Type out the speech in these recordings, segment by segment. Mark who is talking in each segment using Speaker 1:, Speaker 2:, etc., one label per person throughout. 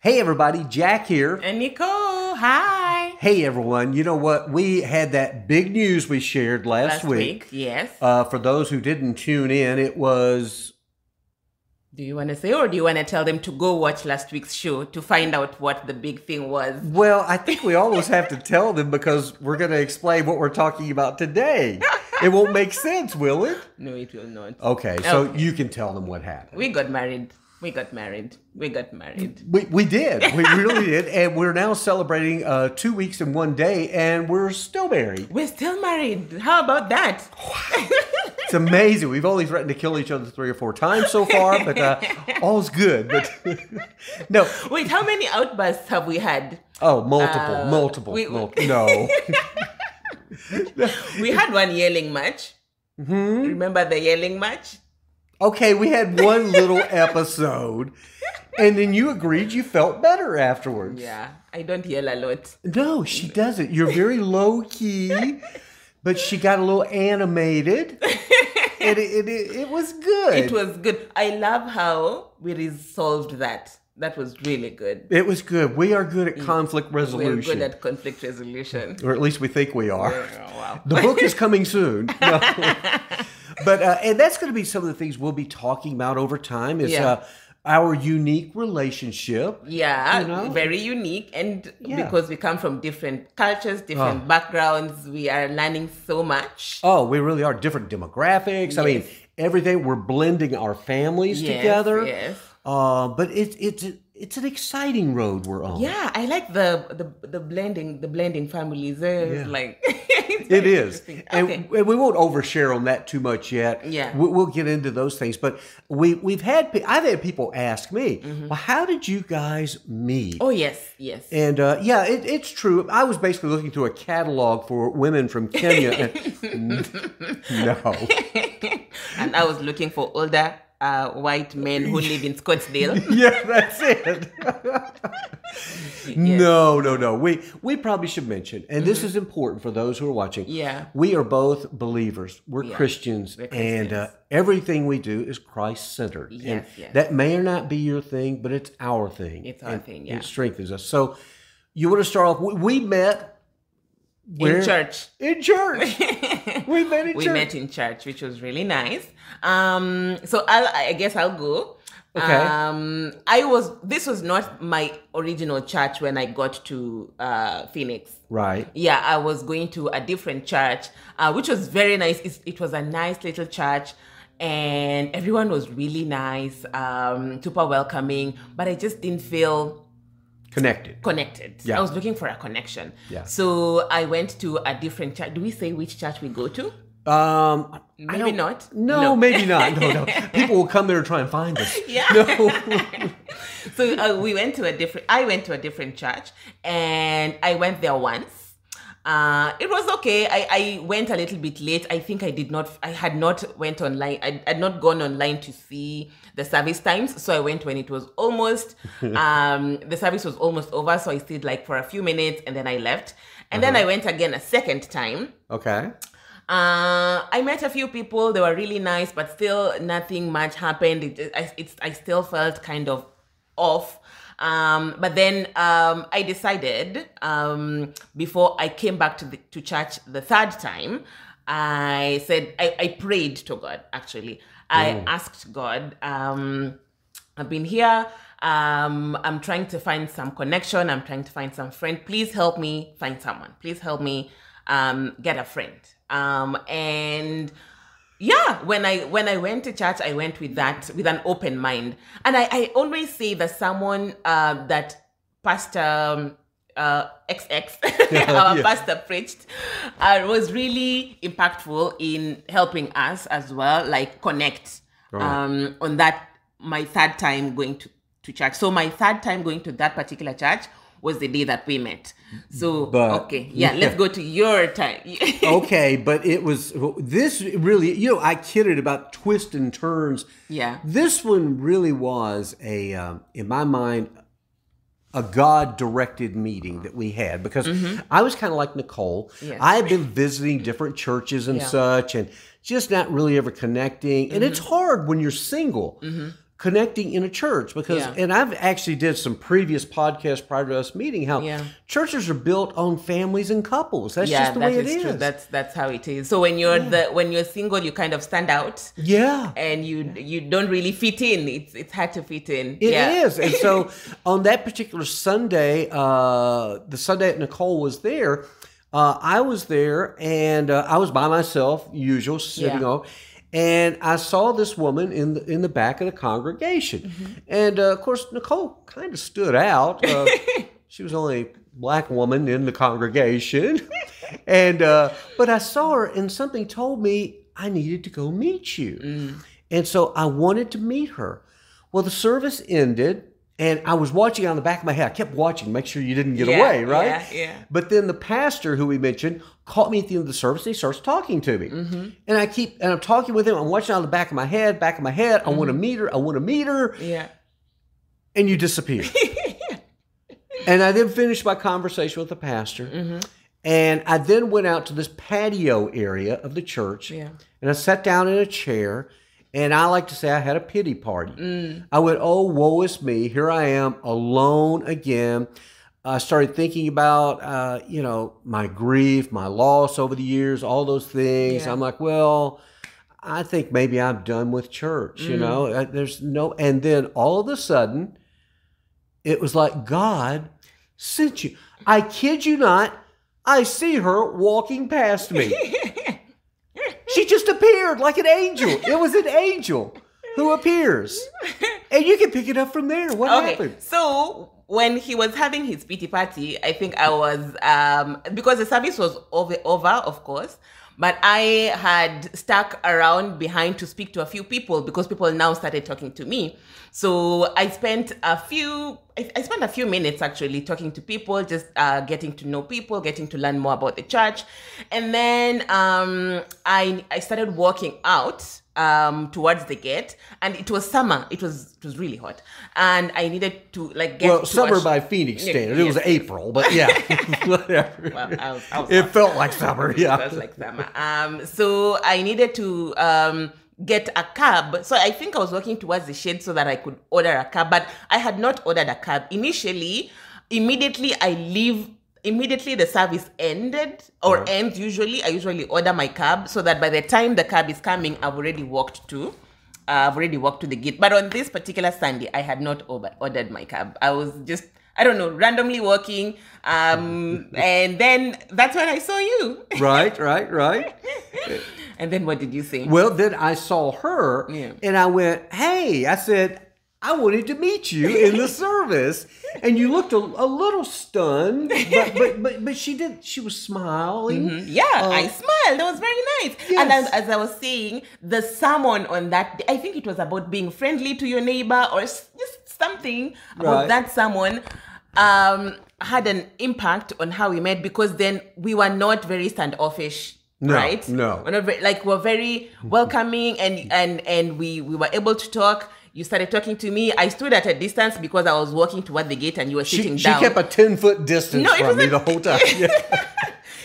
Speaker 1: Hey everybody, Jack here.
Speaker 2: And Nicole, hi.
Speaker 1: Hey everyone, you know what? We had that big news we shared last, week.
Speaker 2: Yes.
Speaker 1: Uh, for those who didn't tune in, it was
Speaker 2: do you want to say, or do you want to tell them to go watch last week's show to find out what the big thing was?
Speaker 1: well, I think we almost have to tell them because we're going to explain what we're talking about today. It won't make sense, will it?
Speaker 2: No, it will not.
Speaker 1: Okay, so
Speaker 2: Okay.
Speaker 1: you can tell them what happened.
Speaker 2: Uh, We got married. We got married. We got married.
Speaker 1: We, we did. We really did. And we're now celebrating uh, two weeks and one day, and we're still married.
Speaker 2: We're still married. How about that?
Speaker 1: It's amazing. We've only threatened to kill each other three or four times so far, but uh, all's good. But no,
Speaker 2: Wait, how many outbursts have we had?
Speaker 1: Oh, multiple,
Speaker 2: Uh,
Speaker 1: multiple,
Speaker 2: we- we-
Speaker 1: multiple. No.
Speaker 2: We had one yelling match. Remember the yelling match?
Speaker 1: okay, we had one little episode, and then you agreed you felt better afterwards.
Speaker 2: Yeah, I don't yell a lot.
Speaker 1: No, she doesn't. You're very low key, but she got a little animated, and it, it, it, it was good.
Speaker 2: It was good. I love how we resolved that. That was really good.
Speaker 1: It was good. We are good at conflict
Speaker 2: We're
Speaker 1: resolution,
Speaker 2: good at conflict resolution.
Speaker 1: or at least we think we are.
Speaker 2: Oh, wow.
Speaker 1: The book is coming soon. No. but uh, and that's going to be some of the things we'll be talking about over time. Is
Speaker 2: Yeah.
Speaker 1: uh, our unique relationship.
Speaker 2: Yeah,
Speaker 1: You know?
Speaker 2: very unique. And
Speaker 1: Yeah.
Speaker 2: because we come from different cultures, different backgrounds, we are learning so much.
Speaker 1: Oh, we really are different demographics. I mean,
Speaker 2: Yes.
Speaker 1: everything. We're blending our families
Speaker 2: Yes,
Speaker 1: together.
Speaker 2: Yes.
Speaker 1: Uh, but it's it's it's an exciting road we're on.
Speaker 2: Yeah, I like the the, the blending the blending families. It's
Speaker 1: Yeah.
Speaker 2: like it's
Speaker 1: It
Speaker 2: very
Speaker 1: is.
Speaker 2: interesting.
Speaker 1: And,
Speaker 2: Okay.
Speaker 1: and we won't overshare on that too much yet.
Speaker 2: Yeah.
Speaker 1: We, we'll get into those things. But we, we've had, pe- I've had people ask me,
Speaker 2: Mm-hmm.
Speaker 1: well, how did you guys meet?
Speaker 2: Oh yes, yes.
Speaker 1: And uh, yeah, it, it's true. I was basically looking through a catalog for women from Kenya. and- no.
Speaker 2: and I was looking for older uh, white men who live in Scottsdale.
Speaker 1: Yeah, that's it. No, no, no. We we probably should mention, and this is important for those who are watching.
Speaker 2: Mm-hmm. Yeah.
Speaker 1: we are both believers. We're Christians,
Speaker 2: we're
Speaker 1: and uh, everything we do is Christ centered. and
Speaker 2: Yes, yes.
Speaker 1: that may or not be your thing, but it's our thing.
Speaker 2: It's our
Speaker 1: and
Speaker 2: thing, yeah.
Speaker 1: it strengthens us. So, you want to start off? We, we met where?
Speaker 2: in church.
Speaker 1: In church, we met in
Speaker 2: we
Speaker 1: church.
Speaker 2: met in church, which was really nice. Um, so I'll, I guess I'll go.
Speaker 1: Okay.
Speaker 2: Um, I was. This was not my original church when I got to uh, Phoenix.
Speaker 1: right.
Speaker 2: Yeah, I was going to a different church, uh, which was very nice. It, it was a nice little church, and everyone was really nice, um, super welcoming. But I just didn't feel
Speaker 1: Connected.
Speaker 2: connected.
Speaker 1: Yeah.
Speaker 2: I was looking for a connection.
Speaker 1: Yeah.
Speaker 2: So I went to a different church. Do we say which church we go to?
Speaker 1: Um, I
Speaker 2: Maybe
Speaker 1: don't-
Speaker 2: not.
Speaker 1: No, maybe not. No, no. People will come there and try and find us.
Speaker 2: Yeah.
Speaker 1: No.
Speaker 2: so uh, we went to a different i went to a different church and i went there once uh, it was okay I, I went a little bit late i think i did not i had not went online i had not gone online to see the service times so i went when it was almost um, the service was almost over so i stayed like for a few minutes and then i left and then i went again a second time
Speaker 1: Okay.
Speaker 2: uh, I met a few people. They were really nice, but still nothing much happened. It, I, it's, I still felt kind of off. Um, but then um, I decided um, before I came back to the, to church the third time, I said I, I prayed to God. Actually, I asked God. Um, I've been here. Um, I'm trying to find some connection. I'm trying to find some friend. Please help me find someone. Please help me um, get a friend. Um, and yeah, when I when I went to church, I went with that with an open mind. And I, I always say that someone uh, that Pastor um, uh, XX, our
Speaker 1: Yeah.
Speaker 2: pastor preached, uh, was really impactful in helping us as well, like connect um, on that my third time going to, to church. So my third time going to that particular church was the day that we met. So
Speaker 1: But- Oh.
Speaker 2: okay, yeah, let's go to your time.
Speaker 1: okay, but it was this really. You know, I kidded about twists and turns.
Speaker 2: yeah,
Speaker 1: This one really was a, um, in my mind, a God directed meeting that we had because I was kind of like Nicole.
Speaker 2: Mm-hmm. Yes.
Speaker 1: I had been visiting different churches and
Speaker 2: Yeah. Mm-hmm.
Speaker 1: such, and just not really ever connecting. And it's hard when you're single. connecting in a church because
Speaker 2: Yeah.
Speaker 1: and I've actually did some previous podcasts prior to us meeting how
Speaker 2: Yeah.
Speaker 1: churches are built on families and couples. That's
Speaker 2: yeah,
Speaker 1: just the
Speaker 2: that
Speaker 1: way it
Speaker 2: is
Speaker 1: is.
Speaker 2: true. That's that's how it is. So when you're the when you're single, you kind of stand out,
Speaker 1: yeah.
Speaker 2: and you you don't really fit in. It's it's hard to fit in.
Speaker 1: It is,
Speaker 2: yeah.
Speaker 1: And so on that particular Sunday, uh, the Sunday that Nicole was there, uh, I was there and uh, I was by myself, usual, sitting
Speaker 2: Yeah.
Speaker 1: off. And I saw this woman in the, in the back of the congregation.
Speaker 2: Mm-hmm.
Speaker 1: And uh, of course, Nicole kind of stood out. Uh, she was the only black woman in the congregation. and uh, But I saw her and something told me I needed to go meet you.
Speaker 2: Mm.
Speaker 1: And so I wanted to meet her. Well, the service ended, and I was watching on the back of my head. I kept watching, make sure you didn't get
Speaker 2: Yeah,
Speaker 1: away, right?
Speaker 2: yeah, yeah.
Speaker 1: But then the pastor who we mentioned caught me at the end of the service. And he starts talking to me,
Speaker 2: Mm-hmm.
Speaker 1: and I keep and I'm talking with him. I'm watching on the back of my head, back of my head. I
Speaker 2: Mm-hmm.
Speaker 1: want to meet her. I want to meet her,
Speaker 2: Yeah.
Speaker 1: and you disappear. and I then finished my conversation with the pastor,
Speaker 2: Mm-hmm.
Speaker 1: and I then went out to this patio area of the church,
Speaker 2: Yeah.
Speaker 1: and I sat down in a chair. And I like to say I had a pity party.
Speaker 2: Mm.
Speaker 1: I went, oh, woe is me. Here I am alone again. I started thinking about, uh, you know, my grief, my loss over the years, all those things.
Speaker 2: Yeah.
Speaker 1: I'm like, well, I think maybe I'm done with church, you know? Uh, There's no, and then all of a sudden, it was like God sent you. I kid you not, I see her walking past me. she just appeared like an angel. It was an angel who appears. And you can pick it up from there. What
Speaker 2: Okay.
Speaker 1: happened?
Speaker 2: So when he was having his pity party, I think I was um because the service was over over, of course. But I had stuck around behind to speak to a few people because people now started talking to me. So I spent a few, I, I spent a few minutes actually talking to people, just uh, getting to know people, getting to learn more about the church, and then um, I I started walking out um towards the gate and it was summer it was it was really hot and i needed to like get
Speaker 1: Well,
Speaker 2: to
Speaker 1: summer
Speaker 2: a sh-
Speaker 1: by Phoenix
Speaker 2: Yeah,
Speaker 1: standard. It was
Speaker 2: yes,
Speaker 1: April, but yeah, whatever.
Speaker 2: well, I was, I was
Speaker 1: it felt like summer.
Speaker 2: It
Speaker 1: Yeah.
Speaker 2: was like summer. Um, so I needed to um, get a cab. So I think I was walking towards the shade so that I could order a cab, but I had not ordered a cab initially. Immediately, I leave. Immediately, the service ended or
Speaker 1: Yeah.
Speaker 2: ends. Usually, I usually order my cab so that by the time the cab is coming, I've already walked to. Uh, I've already walked to the gate. But on this particular Sunday, I had not over- ordered my cab. I was just. I don't know, randomly walking. Um, and then that's when I saw you.
Speaker 1: right, right, right.
Speaker 2: And then what did you say?
Speaker 1: Well, then I saw her
Speaker 2: Yeah.
Speaker 1: and I went, Hey, I said, I wanted to meet you in the service. And you looked a, a little stunned, but, but, but, but she did, she was smiling.
Speaker 2: yeah, I smiled. That was very nice. And
Speaker 1: oh. Yes.
Speaker 2: as, as I was saying, the sermon on that, day- I think it was about being friendly to your neighbor or s- just something
Speaker 1: Right.
Speaker 2: about that sermon um, had an impact on how we met because then we were not very standoffish.
Speaker 1: No,
Speaker 2: right?
Speaker 1: no.
Speaker 2: We're not very, like we're very welcoming and and and we we were able to talk. You started talking to me. I stood at a distance because I was walking toward the gate and you were sitting
Speaker 1: She, she
Speaker 2: down.
Speaker 1: kept a 10 foot distance
Speaker 2: No, it
Speaker 1: from me
Speaker 2: wasn't-
Speaker 1: the whole time. Yeah.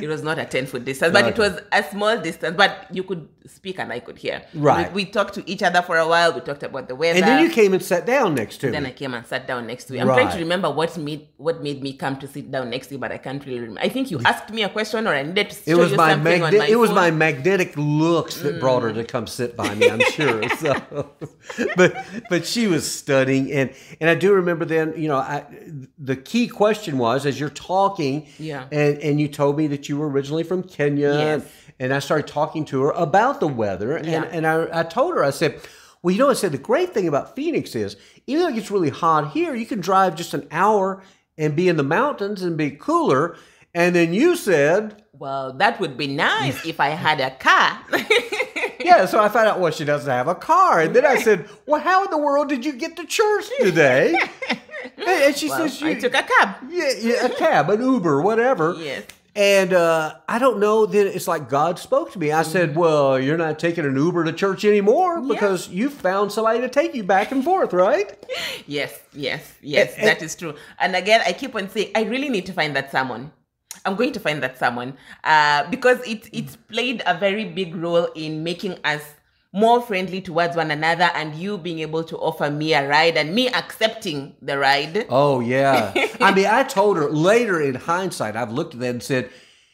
Speaker 2: It was not a 10 foot distance, but it
Speaker 1: Okay.
Speaker 2: was a small distance, but you could speak and I could hear.
Speaker 1: Right.
Speaker 2: We, we talked to each other for a while. We talked about the weather.
Speaker 1: and then you came and sat down next to
Speaker 2: Then I
Speaker 1: me.
Speaker 2: came and sat down next to you. I'm trying
Speaker 1: Right.
Speaker 2: to remember what made what made me come to sit down next to you, but I can't really remember. I think you asked me a question or I needed to
Speaker 1: It
Speaker 2: show
Speaker 1: was
Speaker 2: you
Speaker 1: my,
Speaker 2: something
Speaker 1: magne-
Speaker 2: on my
Speaker 1: it was
Speaker 2: phone.
Speaker 1: my magnetic looks that brought her to come sit by me. I'm sure. So, but but she was stunning, and and I do remember then. You know, I, the key question was as you're talking,
Speaker 2: Yeah.
Speaker 1: and and you told me that you were originally from Kenya,
Speaker 2: Yes.
Speaker 1: and, and I started talking to her about the weather, and
Speaker 2: Yeah.
Speaker 1: and I I told her I said. Well, you know, I said the great thing about Phoenix is, even though it gets really hot here, you can drive just an hour and be in the mountains and be cooler. And then you said,
Speaker 2: Well, that would be nice if I had a car.
Speaker 1: yeah, so I found out, well, she doesn't have a car. And then I said, well, how in the world did you get to church today? And, and she
Speaker 2: well,
Speaker 1: says,
Speaker 2: I
Speaker 1: you,
Speaker 2: took a cab.
Speaker 1: yeah, yeah, a cab, an Uber, whatever.
Speaker 2: Yes.
Speaker 1: And uh, I don't know. Then it's like God spoke to me. I
Speaker 2: Mm.
Speaker 1: said, well, you're not taking an Uber to church anymore because you found somebody to take you back and forth, right?
Speaker 2: Yes, yes, yes,
Speaker 1: And-
Speaker 2: that is true. And again, I keep on saying I really need to find that someone. I'm going to find that someone uh, because it it's played a very big role in making us more friendly towards one another and you being able to offer me a ride and me accepting the ride.
Speaker 1: Oh yeah. I mean, I told her later in hindsight, I've looked at that and said,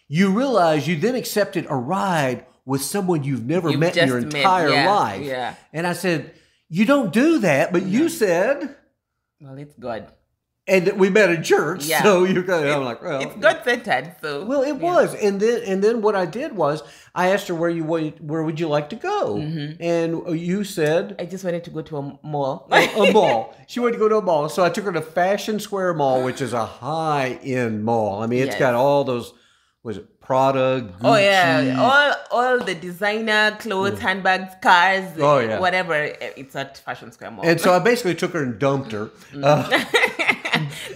Speaker 1: "You realize you then accepted a ride with someone you've never
Speaker 2: You've
Speaker 1: met in your
Speaker 2: just met,
Speaker 1: entire
Speaker 2: yeah,
Speaker 1: life."
Speaker 2: yeah.
Speaker 1: And I said, "You don't do that," but you said,
Speaker 2: Well, it's God.
Speaker 1: and that we met a jerk,
Speaker 2: Yeah.
Speaker 1: so you're going. I'm like, well,
Speaker 2: It's God centered. So
Speaker 1: Oh. Well, it was, and then and then what I did was I asked her where you would where would you like to go,
Speaker 2: Mm-hmm.
Speaker 1: and you said
Speaker 2: I just wanted to go to a mall.
Speaker 1: a a mall. She wanted to go to a mall, so I took her to Fashion Square Mall, which is a high end mall. I mean, it's
Speaker 2: Yes.
Speaker 1: got all those. Was it Prada? Gucci,
Speaker 2: Oh yeah, all all the designer clothes, handbags, cars,
Speaker 1: Oh, yeah.
Speaker 2: whatever. It's at Fashion Square Mall.
Speaker 1: And so I basically took her and dumped her.
Speaker 2: Mm.
Speaker 1: Uh,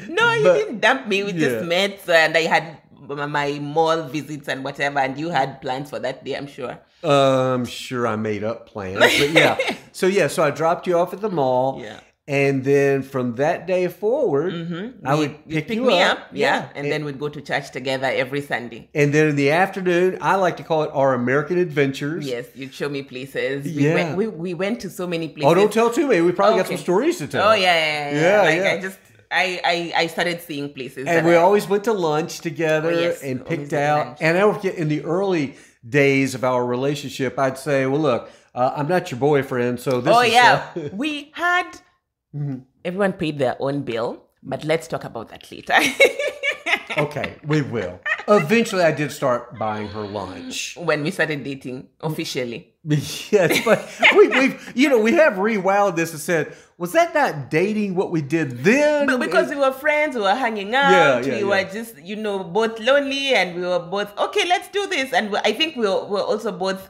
Speaker 2: no, you
Speaker 1: but-
Speaker 2: didn't dump me. We just
Speaker 1: Yeah.
Speaker 2: met, so- uh, and I had m- my mall visits and whatever, and you had plans for that day. I'm sure.
Speaker 1: I'm Uh, um, sure I made up plans, but yeah. So yeah, so I dropped you off at the mall.
Speaker 2: Yeah.
Speaker 1: And then from that day forward, I would
Speaker 2: Mm-hmm. You
Speaker 1: pick,
Speaker 2: pick
Speaker 1: you
Speaker 2: me
Speaker 1: up.
Speaker 2: up, yeah, and then we'd go to church together every Sunday.
Speaker 1: And then in the afternoon, I like to call it our American Adventures.
Speaker 2: Yes, you'd show me places. We,
Speaker 1: Yeah.
Speaker 2: went, we we went to so many places.
Speaker 1: Oh, don't tell too many. We probably got
Speaker 2: Okay.
Speaker 1: some stories to tell.
Speaker 2: Oh yeah, yeah, yeah.
Speaker 1: Yeah,
Speaker 2: like
Speaker 1: yeah.
Speaker 2: I just I I, I started seeing places. that
Speaker 1: And we
Speaker 2: I-
Speaker 1: always went to lunch together
Speaker 2: uh, Oh, yes,
Speaker 1: and
Speaker 2: always
Speaker 1: picked
Speaker 2: went to
Speaker 1: out.
Speaker 2: lunch.
Speaker 1: And I would get in the early days of our relationship, I'd say, well, look, uh, I'm not your boyfriend, so this
Speaker 2: oh
Speaker 1: is.
Speaker 2: yeah,
Speaker 1: uh,
Speaker 2: we had
Speaker 1: Mm-hmm.
Speaker 2: everyone paid their own bill, but let's talk about that later.
Speaker 1: okay, we will. Eventually, I did start buying her lunch.
Speaker 2: when we started dating officially,
Speaker 1: yes, but we, we've, you know, we have rewound this and said, was that not dating what we did then?
Speaker 2: but because we were friends, we were hanging out,
Speaker 1: Yeah, yeah,
Speaker 2: we
Speaker 1: yeah.
Speaker 2: were just you know both lonely, and we were both okay. Let's do this, and we, I think we were, we were also both.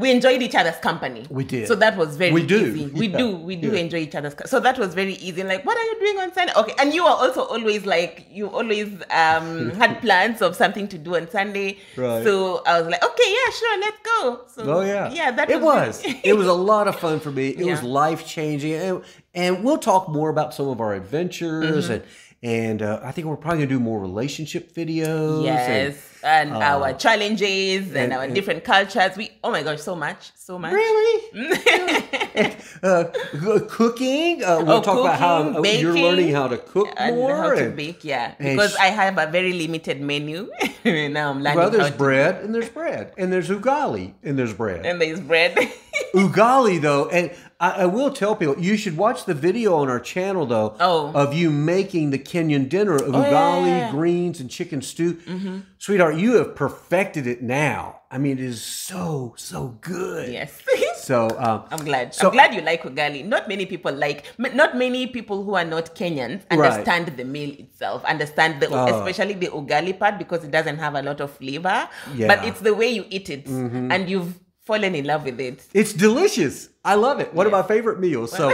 Speaker 2: We enjoyed each other's company.
Speaker 1: We did.
Speaker 2: So that was very
Speaker 1: We do,
Speaker 2: easy. We
Speaker 1: yeah,
Speaker 2: do. We do
Speaker 1: yeah.
Speaker 2: enjoy each other's. co- So that was very easy. Like, what are you doing on Sunday? Okay. And you were also always like, you always um had plans of something to do on Sunday.
Speaker 1: Right.
Speaker 2: So I was like, okay, yeah, sure, let's go. So
Speaker 1: Oh yeah,
Speaker 2: yeah, that
Speaker 1: it was.
Speaker 2: was.
Speaker 1: it was a lot of fun for me. It was
Speaker 2: Yeah.
Speaker 1: life changing, and, and we'll talk more about some of our
Speaker 2: Mm-hmm.
Speaker 1: adventures and and uh, I think we're probably gonna do more relationship videos. and-
Speaker 2: Yes, and our challenges and,
Speaker 1: Oh. and-
Speaker 2: our
Speaker 1: and-
Speaker 2: different cultures. We oh my gosh, so much, so much.
Speaker 1: really. uh, g- cooking. Uh, we'll
Speaker 2: Oh,
Speaker 1: talk about how
Speaker 2: cooking,
Speaker 1: uh, you're
Speaker 2: baking,
Speaker 1: learning how to cook
Speaker 2: And
Speaker 1: more.
Speaker 2: how to
Speaker 1: and-
Speaker 2: bake, yeah,
Speaker 1: and
Speaker 2: because
Speaker 1: sh-
Speaker 2: I have a very limited menu. now I'm learning
Speaker 1: Well,
Speaker 2: how
Speaker 1: there's
Speaker 2: to-
Speaker 1: bread and there's bread and there's ugali and there's bread.
Speaker 2: and there's bread.
Speaker 1: Ugali though, and I, I will tell people you should watch the video on our channel though
Speaker 2: Oh.
Speaker 1: of you making the Kenyan dinner of
Speaker 2: yeah,
Speaker 1: ugali,
Speaker 2: yeah, Mm-hmm. yeah.
Speaker 1: greens, and chicken stew. Sweetheart, you have perfected it now. I mean, it is so so good.
Speaker 2: yes.
Speaker 1: So um,
Speaker 2: I'm glad.
Speaker 1: So-
Speaker 2: I'm glad you like ugali. Not many people like. m- Not many people who are not Kenyans
Speaker 1: Right. Oh.
Speaker 2: understand the meal itself. Understand the especially the ugali part because it doesn't have a lot of flavor. But
Speaker 1: Yeah. Mm-hmm.
Speaker 2: it's the way you eat it, and you've fallen in love with it.
Speaker 1: It's delicious. I love it. One of my favorite meals. So,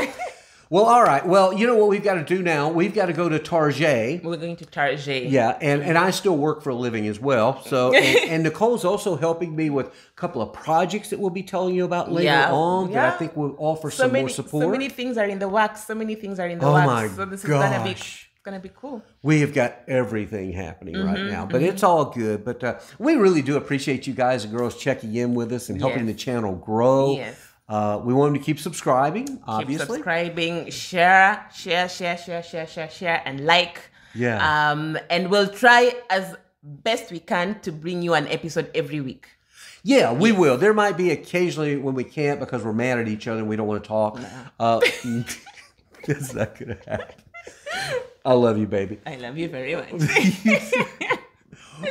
Speaker 1: well, all right. Well, you know what we've got to do now? We've got to go to Target.
Speaker 2: We're going to Target.
Speaker 1: Yeah, and, and I still work for a living as well. So and, and Nicole's also helping me with a couple of projects that we'll be telling you about later
Speaker 2: Yeah,
Speaker 1: on that I
Speaker 2: yeah.
Speaker 1: think will offer
Speaker 2: So
Speaker 1: some
Speaker 2: many,
Speaker 1: more support.
Speaker 2: so many things are in the works. So many things are in the
Speaker 1: Oh
Speaker 2: works.
Speaker 1: my
Speaker 2: so this is gonna be,
Speaker 1: gosh.
Speaker 2: it's gonna be cool.
Speaker 1: we have got everything happening
Speaker 2: Mm-hmm,
Speaker 1: right now, but it's all good. But uh, we really do appreciate you guys and girls checking in with us and helping
Speaker 2: Yes.
Speaker 1: the channel grow.
Speaker 2: Yes.
Speaker 1: Uh, we want them to keep subscribing,
Speaker 2: Keep
Speaker 1: obviously.
Speaker 2: subscribing, share, share, share, share, share, share, share, and like.
Speaker 1: Yeah.
Speaker 2: Um, and we'll try as best we can to bring you an episode every week.
Speaker 1: Yeah, we will. There might be occasionally when we can't because we're mad at each other and we don't want to talk. Uh, that's not going to happen. I love you, baby.
Speaker 2: I love you very much.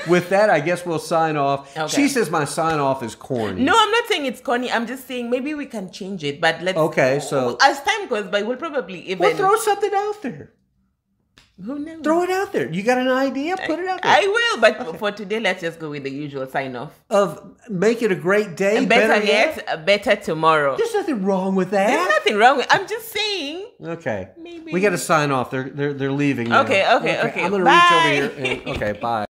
Speaker 1: With that, I guess we'll sign off.
Speaker 2: Okay.
Speaker 1: She says my sign off is corny.
Speaker 2: no, I'm not saying it's corny. I'm just saying maybe we can change it. But let's
Speaker 1: Okay, so-
Speaker 2: as time goes by, we'll probably even
Speaker 1: Well, throw something out there.
Speaker 2: who knows.
Speaker 1: Throw it out there. You got an idea? Put it out there.
Speaker 2: I will, but for today, let's just go with the usual sign off.
Speaker 1: of make it a great day.
Speaker 2: Better, yet, a better tomorrow.
Speaker 1: There's nothing wrong with
Speaker 2: There's
Speaker 1: that.
Speaker 2: nothing wrong with I'm just saying.
Speaker 1: Okay.
Speaker 2: Maybe.
Speaker 1: We got to sign off. They're they're they're leaving. now.
Speaker 2: Okay, okay, okay.
Speaker 1: I'm gonna reach
Speaker 2: Bye.
Speaker 1: over here. And, okay. Bye.